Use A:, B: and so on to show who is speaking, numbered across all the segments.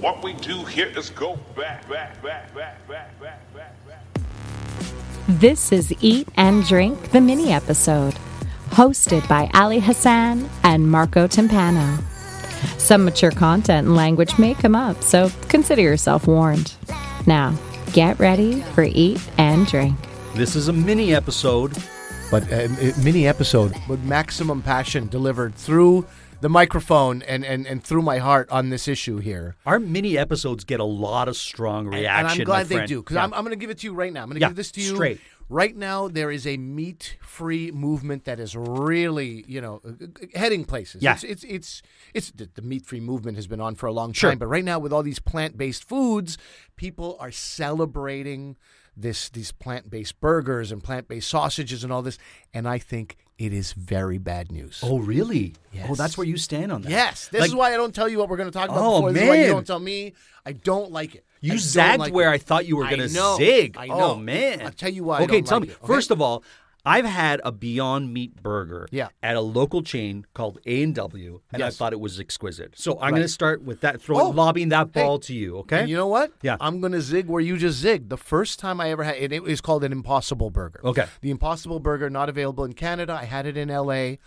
A: What we do here is go back, back, back, back, back, back, back, back.
B: This is Eat and Drink, the mini episode, hosted by Ali Hassan and Marco Timpano. Some mature content and language may come up, so consider yourself warned. Now, get ready for Eat and Drink.
C: This is a mini episode.
D: but a, a mini episode with maximum passion delivered through the microphone and, and, and through my heart on this issue here.
C: Our mini episodes get a lot of strong
D: And-
C: reaction.
D: and I'm
C: my
D: glad they
C: friend.
D: do because
C: Yeah.
D: I'm, I'm going to give it to you right now. I'm going to
C: Yeah,
D: give this to you
C: straight.
D: Right now, there is a meat-free movement that is really, you know, uh, uh, heading places.
C: Yeah.
D: It's, it's it's it's the, the meat-free movement has been on for a long time,
C: Sure.
D: but right now with all these plant-based foods, people are celebrating this these plant-based burgers and plant-based sausages and all this, and I think it is very bad news.
C: Oh, really? Oh,
D: Yes.
C: that's where you stand on that.
D: Yes, this
C: Like,
D: is why I don't tell you what we're going to talk about.
C: Oh,
D: before. This is why you
C: man.
D: don't tell me. I don't like it. I
C: You
D: don't
C: zagged
D: like
C: where
D: it.
C: I thought you were
D: I
C: going to
D: know,
C: zig.
D: I
C: Oh
D: know.
C: man!
D: I'll tell you why. I
C: Okay,
D: don't
C: tell
D: like
C: me.
D: it, okay?
C: First of all, I've had a Beyond Meat burger.
D: Yeah.
C: At a local chain called A and W, and I
D: Yes.
C: thought it was exquisite. So I'm going to start with that. Throwing,
D: Oh,
C: lobbing that
D: hey.
C: ball to you. Okay.
D: And you know what?
C: Yeah.
D: I'm going to zig where you just zigged. The first time I ever had it, it was called an Impossible Burger.
C: Okay.
D: The Impossible Burger, not available in Canada. I had it in L.A.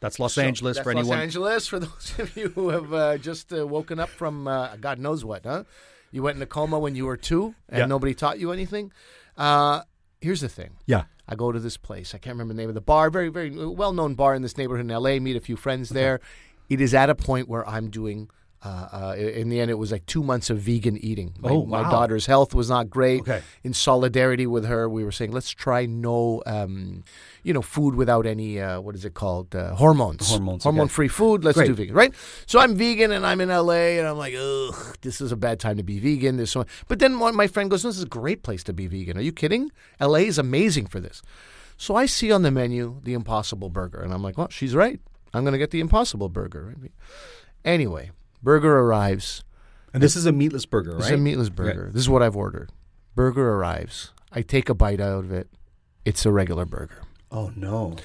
C: that's Los
D: So
C: Angeles
D: that's
C: for anyone.
D: Los Angeles, for those of you who have uh, just uh, woken up from uh, God knows what, huh? You went into coma when you were two, and
C: Yeah.
D: nobody taught you anything. Uh, here's the thing.
C: Yeah.
D: I go to this place. I can't remember the name of the bar. Very, very well known bar in this neighborhood in LA. Meet a few friends there. It is at a point where I'm doing. Uh, uh, in the end, it was like two months of vegan eating. My,
C: Oh,
D: my
C: wow.
D: daughter's health was not great.
C: Okay.
D: In solidarity with her, we were saying let's try no, um, you know, food without any uh, what is it called uh, hormones.
C: Hormones, okay.
D: Hormone free food. Let's
C: Great.
D: do vegan, right? So I'm vegan and I'm in LA and I'm like, ugh, this is a bad time to be vegan. There's so But then one, my friend goes, no, this is a great place to be vegan. Are you kidding? LA is amazing for this. So I see on the menu the Impossible Burger and I'm like, well, she's right. I'm going to get the Impossible Burger. right? Anyway, burger arrives.
C: And this is a meatless burger, right?
D: This is a meatless burger. This is what I've ordered. Burger arrives. I take a bite out of it. It's a regular burger.
C: Oh no!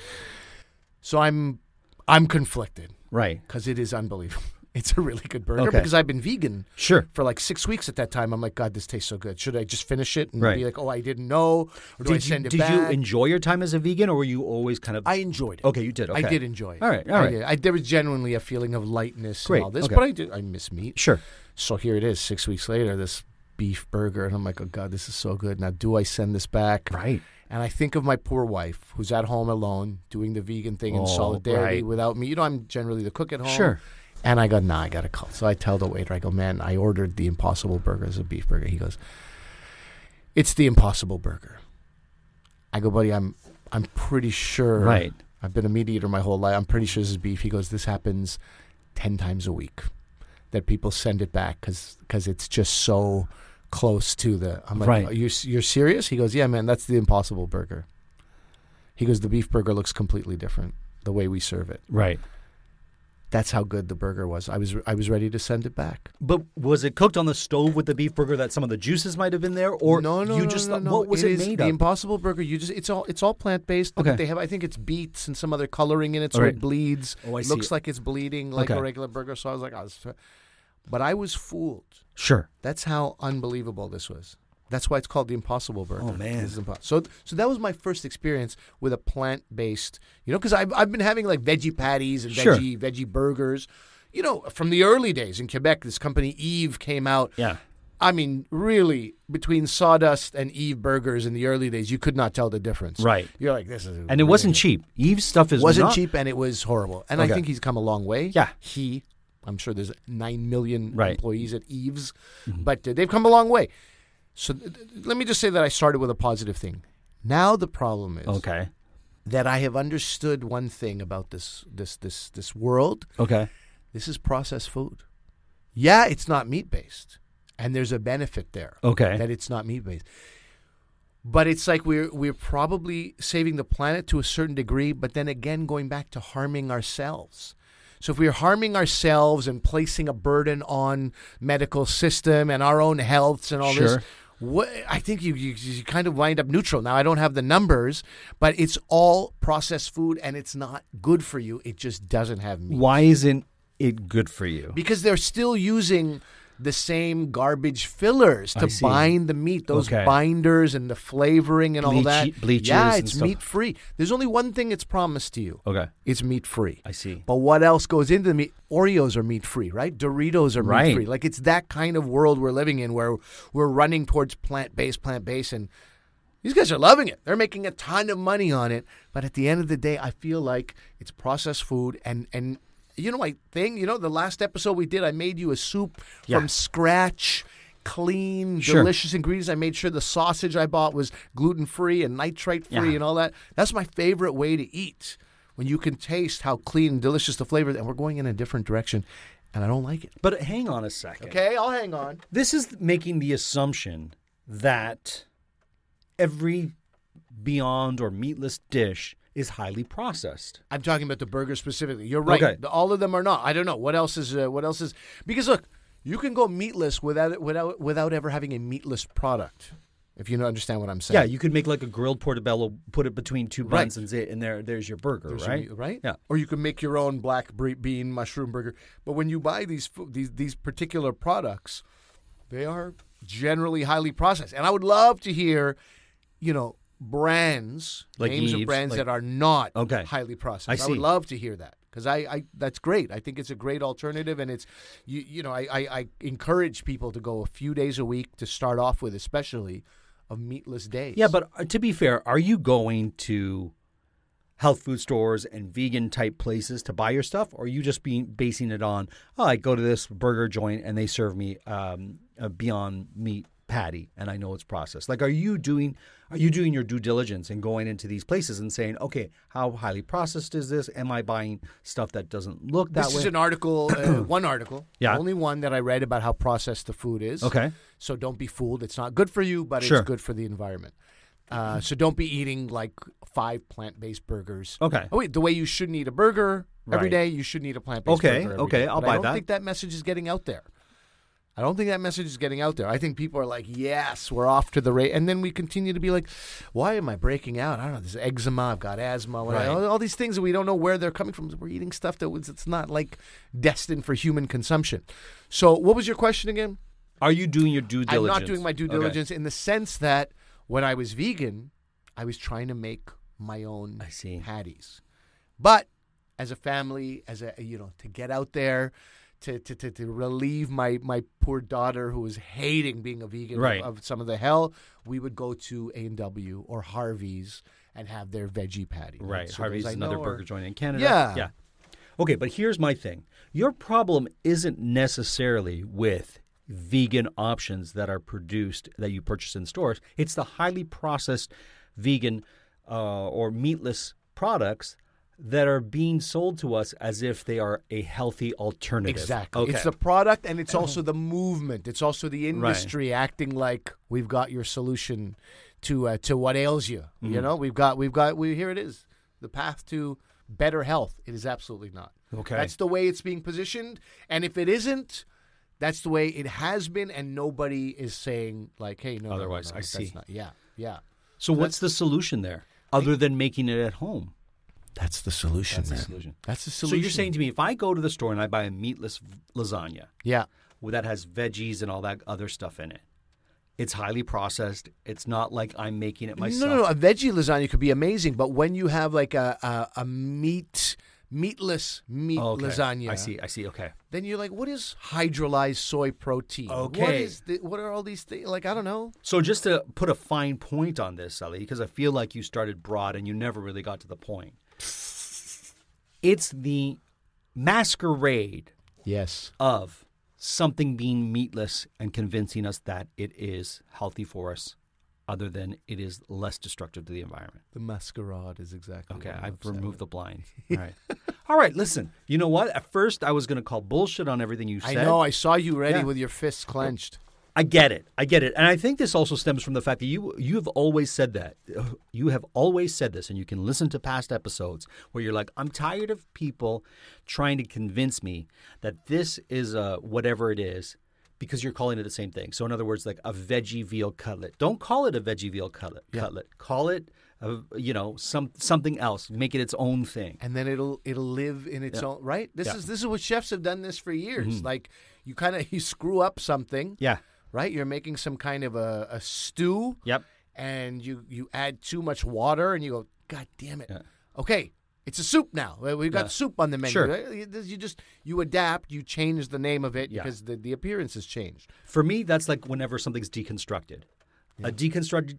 D: So I'm I'm conflicted
C: Right.
D: because it is unbelievable. It's a really good burger
C: Okay.
D: because I've been vegan
C: Sure.
D: for like six weeks at that time. I'm like, God, this tastes so good. Should I just finish it and
C: Right.
D: be like, oh, I didn't know? Or do I
C: did you,
D: send it
C: did
D: back?
C: you enjoy your time as a vegan, or were you always kind of?
D: I enjoyed it.
C: Okay, you did.
D: I
C: Okay.
D: did enjoy it.
C: All right, all
D: I
C: right.
D: did. I, there was genuinely a feeling of lightness
C: Great,
D: and all this,
C: okay.
D: but I do. I miss meat.
C: sure.
D: So here it is, six weeks later, this beef burger, and I'm like, oh God, this is so good. Now, do I send this back?
C: Right.
D: And I think of my poor wife who's at home alone doing the vegan thing
C: Oh,
D: in solidarity
C: right.
D: without me. You know, I'm generally the cook at home.
C: Sure.
D: And I go, nah, I got to call. So I tell the waiter, I go, man, I ordered the Impossible Burger as a beef burger. He goes, it's the Impossible Burger. I go, buddy, I'm, I'm pretty sure.
C: Right.
D: I've been a meat eater my whole life. I'm pretty sure this is beef. He goes, this happens 10 times a week that people send it back because it's just so close to the. I'm like,
C: Right.
D: "Are you, you're serious? He goes, yeah, man, that's the Impossible Burger. He goes, the beef burger looks completely different the way we serve it.
C: Right.
D: That's how good the burger was. I was I was ready to send it back.
C: But was it cooked on the stove with the beef burger that some of the juices might have been there, or
D: no, no,
C: you
D: no,
C: just
D: no,
C: thought-
D: no.
C: what was it,
D: is
C: made
D: the
C: of?
D: Impossible Burger. You just it's all it's all plant based.
C: Okay.
D: They have I think it's beets and some other coloring in it, so
C: All right.
D: it bleeds.
C: Oh, I see.
D: Looks like it's bleeding like
C: Okay.
D: a regular burger. So I was like, oh, this- but I was fooled.
C: sure.
D: That's how unbelievable this was. That's why it's called the Impossible Burger.
C: Oh, man.
D: This is impo- so so that was my first experience with a plant based, you know, because I've I've been having like veggie patties and
C: Sure.
D: veggie veggie burgers, you know, from the early days in Quebec. This company Eve came out.
C: Yeah.
D: I mean, really, between sawdust and Eve burgers in the early days, you could not tell the difference.
C: Right.
D: You're like, this is.
C: And it wasn't cheap. Eve's stuff is
D: Wasn't
C: not-
D: cheap, and it was horrible. And
C: Okay.
D: I think he's come a long way.
C: Yeah.
D: he. I'm sure there's nine million
C: Right. Mm-hmm.
D: employees at Eve's, but uh, they've come a long way. So th- th- let me just say that I started with a positive thing. Now the problem is
C: Okay.
D: that I have understood one thing about this this this this world.
C: Okay.
D: This is processed food. Yeah, it's not meat based, and there's a benefit there.
C: Okay.
D: that it's not meat based. But it's like we're we're probably saving the planet to a certain degree, but then again going back to harming ourselves. So if we're harming ourselves and placing a burden on medical system and our own healths and all
C: Sure.
D: this, what, I think you, you you kind of wind up neutral. Now I don't have the numbers, but it's all processed food and it's not good for you. It just doesn't have meat
C: Why isn't it good for you?
D: because they're still using the same garbage fillers to
C: see.
D: bind the meat, those
C: Okay.
D: binders and the flavoring and all
C: Bleach-
D: that.
C: bleaches
D: yeah,
C: and
D: it's
C: stuff.
D: meat free. There's only one thing it's promised to you.
C: Okay.
D: It's meat free.
C: I see.
D: But what else goes into the meat? Oreos are meat free, right? Doritos are meat
C: Right.
D: free. Like it's that kind of world we're living in where we're running towards plant based, plant based, and these guys are loving it. They're making a ton of money on it. But at the end of the day, I feel like it's processed food and and you know my thing, you know, the last episode we did, I made you a soup
C: Yeah.
D: from scratch. Clean,
C: Sure.
D: delicious ingredients. I made sure the sausage I bought was gluten free and nitrate free
C: Yeah.
D: and all that. That's my favorite way to eat when you can taste how clean and delicious the flavor. And we're going in a different direction, and I don't like it.
C: But hang on a second.
D: Okay, I'll hang on.
C: This is making the assumption that every Beyond or meatless dish is highly processed.
D: I'm talking about the burger specifically. You're right.
C: Okay.
D: The- All of them are not. I don't know what else is. Uh, what else is? Because look, you can go meatless without without without ever having a meatless product. If you don't understand what I'm saying.
C: Yeah, you could make like a grilled portobello, put it between two
D: Right.
C: buns, and zit, and there, there's your burger,
D: There's your
C: right?
D: meat, right?
C: Yeah.
D: Or you can make your own black bre- bean mushroom burger. But when you buy these fo- these these particular products, they are generally highly processed. And I would love to hear, you know, brands
C: Like
D: names
C: Eve's,
D: of brands
C: like-
D: that are not
C: Okay.
D: highly processed.
C: I
D: would
C: see.
D: love to hear that because I, I that's great. I think it's a great alternative, and it's you you know I, I I encourage people to go a few days a week to start off with, especially of meatless days.
C: Yeah, but uh, to be fair, are you going to health food stores and vegan type places to buy your stuff, or are you just being basing it on? Oh, I go to this burger joint and they serve me um, a Beyond Meat patty, and I know it's processed. Like, are you doing are you doing your due diligence and going into these places and saying, okay, how highly processed is this? Am I buying stuff that doesn't look that
D: this
C: way?
D: is an article, uh, one article,
C: Yeah.
D: only one that I read about how processed the food is.
C: Okay.
D: So don't be fooled. It's not good for you, but
C: Sure.
D: it's good for the environment. Uh, so don't be eating like five plant-based burgers.
C: Okay.
D: Oh wait, the way you shouldn't eat a burger every
C: Right.
D: day, you shouldn't eat a plant-based
C: Okay,
D: burger. every
C: okay,
D: day.
C: I'll
D: But
C: buy
D: I don't
C: that.
D: think that message is getting out there. I don't think that message is getting out there. I think people are like, "Yes, we're off to the rate," and then we continue to be like, "Why am I breaking out? I don't know. This eczema. I've got asthma. What-
C: Right.
D: all, all these things that we don't know where they're coming from. We're eating stuff that was it's not like destined for human consumption." So, what was your question again?
C: Are you doing your due diligence?
D: I'm not doing my due
C: Okay.
D: diligence in the sense that when I was vegan, I was trying to make my own
C: I see.
D: patties. But as a family, as a you know, to get out there, to to, to, to relieve my my poor daughter who was hating being a vegan of-
C: Right.
D: of, some of the hell, we would go to A and W or Harvey's and have their veggie patty.
C: Right.
D: So those
C: Harvey's
D: I
C: is another
D: know are-
C: burger joint in Canada.
D: Yeah.
C: Yeah. Okay, but here's my thing. Your problem isn't necessarily with vegan options that are produced that you purchase in stores. It's the highly processed vegan uh, or meatless products that are being sold to us as if they are a healthy alternative.
D: Exactly.
C: Okay.
D: It's the product and it's also the movement. It's also the industry acting like we've got your solution to uh, to what ails you. You
C: Mm-hmm.
D: know, we've got we've got we here it is. The path to better health. It is absolutely not.
C: Okay.
D: That's the way it's being positioned and if it isn't that's the way it has been and nobody is saying like hey no no, no,
C: Otherwise,
D: no,
C: I
D: that's
C: see.
D: not- yeah. Yeah.
C: so what's the solution there other than making it at home?
D: That's the solution,
C: That's the solution.
D: That's the
C: So
D: solution.
C: you're saying to me if I go to the store and I buy a meatless v- lasagna,
D: Yeah.
C: well, that has veggies and all that other stuff in it. It's highly processed. It's not like I'm making it myself.
D: No, no, no. A veggie lasagna could be amazing, but when you have like a a, a meat meatless meat
C: Oh, okay.
D: lasagna,
C: I see. I see. Okay.
D: Then you're like, what is hydrolyzed soy protein? What
C: Okay.
D: is the, what are all these things? Like I don't know.
C: So just to put a fine point on this, Ali, because I feel like you started broad and you never really got to the point. It's the masquerade
D: Yes.
C: of something being meatless and convincing us that it is healthy for us, other than it is less destructive to the environment.
D: The masquerade is exactly.
C: Okay,
D: what I'm
C: I've
D: upset
C: removed
D: with.
C: the blind. All right. All right, listen. You know what? At first, I was going to call bullshit on everything you
D: I
C: said.
D: know. I saw you ready
C: Yeah.
D: with your fists clenched.
C: I get it. I get it. And I think this also stems from the fact that you you have always said that. You have always said this and you can listen to past episodes where you're like, "I'm tired of people trying to convince me that this is a whatever it is." Because you're calling it the same thing. So in other words, like a veggie veal cutlet. Don't call it a veggie veal cutlet. Cutlet. Call it, a, you know, some something else. Make it its own thing.
D: and then it'll it'll live in its own right. This
C: Yeah. Mm-hmm.
D: is this is what chefs have done this for years. Like you kind of you screw up something.
C: Yeah.
D: Right? You're making some kind of a, a stew.
C: Yep.
D: And you you add too much water and you go, God damn it. Okay. It's a soup now. Uh, We've got soup on the menu.
C: Sure.
D: Uh, You you just you adapt, you change the name of it
C: Yeah.
D: because the, the appearance has changed.
C: For me, that's like whenever something's deconstructed. A deconstructed,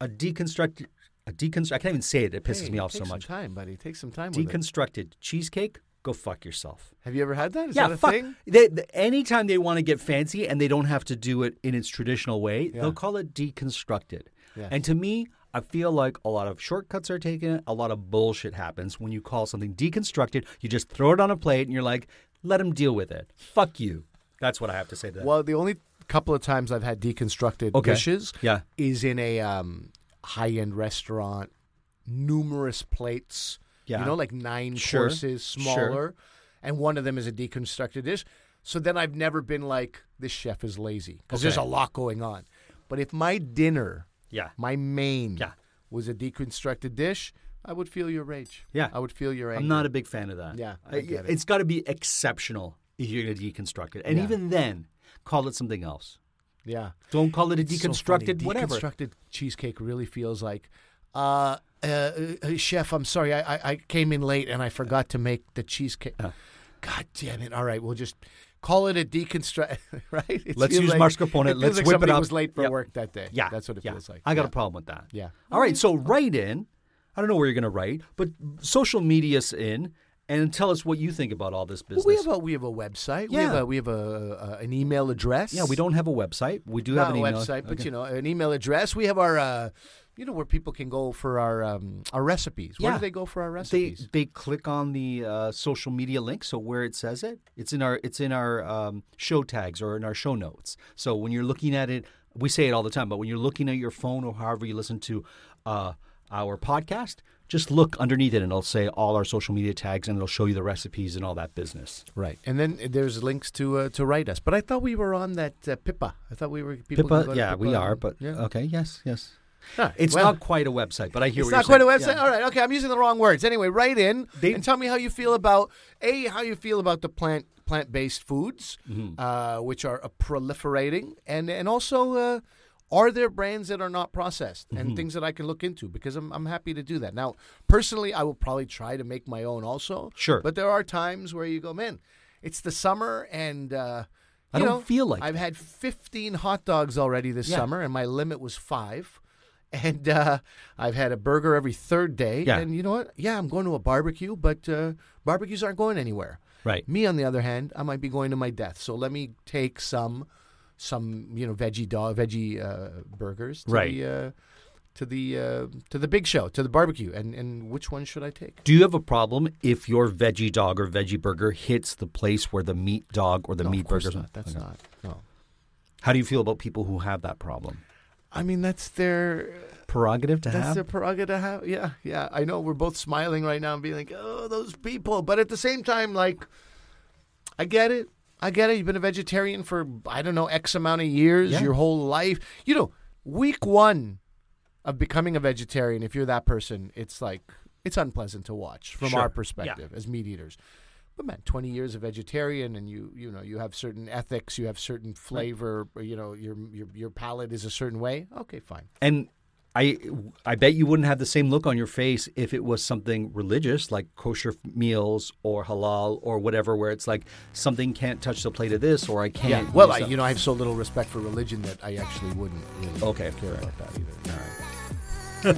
C: a deconstructed, a deconstruct. I can't even say it. It pisses
D: Hey,
C: me off
D: take
C: so
D: some
C: much.
D: time, buddy. Take some time with it.
C: Deconstructed cheesecake. Go fuck yourself.
D: Have you ever had that? Is
C: yeah,
D: that a
C: fuck.
D: thing?
C: They, th- anytime they want to get fancy and they don't have to do it in its traditional way, they'll call it deconstructed.
D: Yeah.
C: And to me, I feel like a lot of shortcuts are taken. A lot of bullshit happens when you call something deconstructed. You just throw it on a plate and you're like, "Let them deal with it." Fuck you. That's what I have to say to that.
D: Well, the only couple of times I've had deconstructed
C: Okay.
D: dishes
C: Yeah.
D: is in a um, high end restaurant, numerous plates,
C: Yeah.
D: you know, like nine
C: Sure.
D: courses,
C: Sure.
D: smaller, and one of them is a deconstructed dish. So then I've never been like, this chef is lazy because there's a
C: Okay.
D: lot going on. But if my dinner,
C: Yeah.
D: my main,
C: Yeah.
D: was a deconstructed dish, I would feel your rage.
C: Yeah.
D: I would feel your anger.
C: I'm not a big fan of that.
D: Yeah,
C: I,
D: I get it.
C: has got to be exceptional if you're going to deconstruct it, and
D: Yeah.
C: even then, call it something else.
D: Yeah.
C: Don't call it a
D: It's so
C: deconstructed
D: funny.
C: whatever.
D: Deconstructed cheesecake really feels like, uh, uh, uh, chef. I'm sorry, I, I I came in late and I forgot to make the cheesecake. God damn it! All right, we'll just call it a deconstruct. right? It
C: Let's
D: feels
C: use mascarpone.
D: It feels
C: Let's
D: like
C: whip it
D: somebody
C: up.
D: was late for
C: Yeah.
D: work that day.
C: Yeah,
D: that's what it
C: yeah.
D: feels like.
C: I got
D: Yeah.
C: a problem with that.
D: Yeah.
C: All right, so write in. I don't know where you're going to write, but social media's in, and tell us what you think about all this business.
D: Well, we have a we have a website. We have
C: Yeah.
D: a, we have a, a an email address.
C: yeah, we don't have a website. We do
D: not
C: have an
D: a
C: email
D: website, but you know, an email address. We have our, uh, you know, where people can go for our um, our recipes. Where
C: Yeah.
D: do they go for our
C: They
D: recipes?
C: they click on the uh, social media link, so where it says it, it's in our it's in our um, show tags or in our show notes. So when you're looking at it, we say it all the time, but when you're looking at your phone or however you listen to uh, our podcast, just look underneath it, and it'll say all our social media tags, and it'll show you the recipes and all that business.
D: Right, and then there's links to uh, to write us. But I thought we were on that uh, Pippa. I thought we were people. can go
C: Pippa,
D: to
C: yeah, we
D: Pippa
C: are,
D: and-
C: but
D: yeah.
C: okay, yes, yes.
D: Huh,
C: It's
D: well,
C: not quite a website, but I hear
D: It's
C: what
D: not
C: you're
D: quite a website.
C: saying.
D: All right, okay. I'm using the wrong words. Anyway, write in
C: They-
D: and tell me how you feel about a how you feel about the plant plant based foods,
C: Mm-hmm.
D: uh, which are uh, proliferating, and and also. Uh, are there brands that are not processed
C: Mm-hmm.
D: and things that I can look into? Because I'm, I'm happy to do that. Now, personally, I will probably try to make my own also.
C: Sure.
D: But there are times where you go, man, it's the summer and. Uh,
C: I
D: you
C: don't
D: know,
C: feel like
D: I've had 15 hot dogs already this
C: Yeah.
D: summer, and my limit was five. And uh, I've had a burger every third day.
C: Yeah.
D: And you know what? Yeah, I'm going to a barbecue, but uh, barbecues aren't going anywhere.
C: Right.
D: Me, on the other hand, I might be going to my death. So let me take some, some you know, veggie dog, veggie uh, burgers. To
C: Right.
D: The, uh, to the uh, to the big show, to the barbecue, and and which one should I take?
C: Do you have a problem if your veggie dog or veggie burger hits the place where the meat dog or the
D: No,
C: meat
D: of course
C: burger?
D: not. That's
C: Okay.
D: not. No.
C: How do you feel about people who have that problem?
D: I mean, that's their
C: Prerogative to
D: That's
C: have.
D: their prerogative to have. Yeah, yeah. I know we're both smiling right now and being like, oh, those people. But at the same time, like, I get it. I get it. You've been a vegetarian for, I don't know, X amount of years,
C: Yeah.
D: your whole life. You know, week one of becoming a vegetarian, if you're that person, it's like, it's unpleasant to watch from
C: Sure.
D: our
C: Yeah.
D: perspective as meat eaters. But man, twenty years of vegetarian, and you you know you have certain ethics, you have certain flavor, or, you know your your your palate is a certain way. Okay, fine.
C: and I, I bet you wouldn't have the same look on your face if it was something religious like kosher meals or halal or whatever, where it's like something can't touch the plate of this or I can't.
D: Yeah. Well,
C: use
D: I,
C: that.
D: you know, I have so little respect for religion that I actually wouldn't really
C: Okay, fair.
D: care about that either.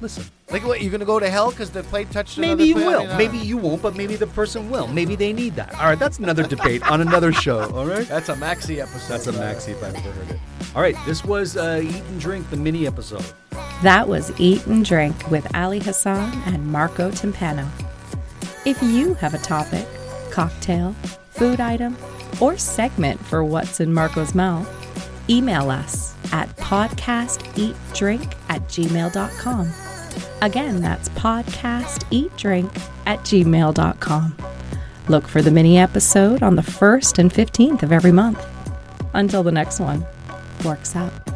C: listen.
D: Like, what? You're gonna go to hell because the plate touched?
C: Maybe you
D: another plate? I
C: will.
D: mean, I
C: Maybe
D: don't-
C: you won't, but maybe the person will. Maybe they need that. All right, that's another debate on another show. All right.
D: That's a maxi episode.
C: That's a
D: right?
C: maxi if I've ever heard it. All right, this was uh, Eat and Drink, the mini episode.
B: That was Eat and Drink with Ali Hassan and Marco Timpano. If you have a topic, cocktail, food item, or segment for what's in Marco's mouth, email us at podcasteatdrink at gmail.com. Again, that's podcasteatdrink at gmail.com. Look for the mini episode on the 1st and 15th of every month. Until the next one, works up.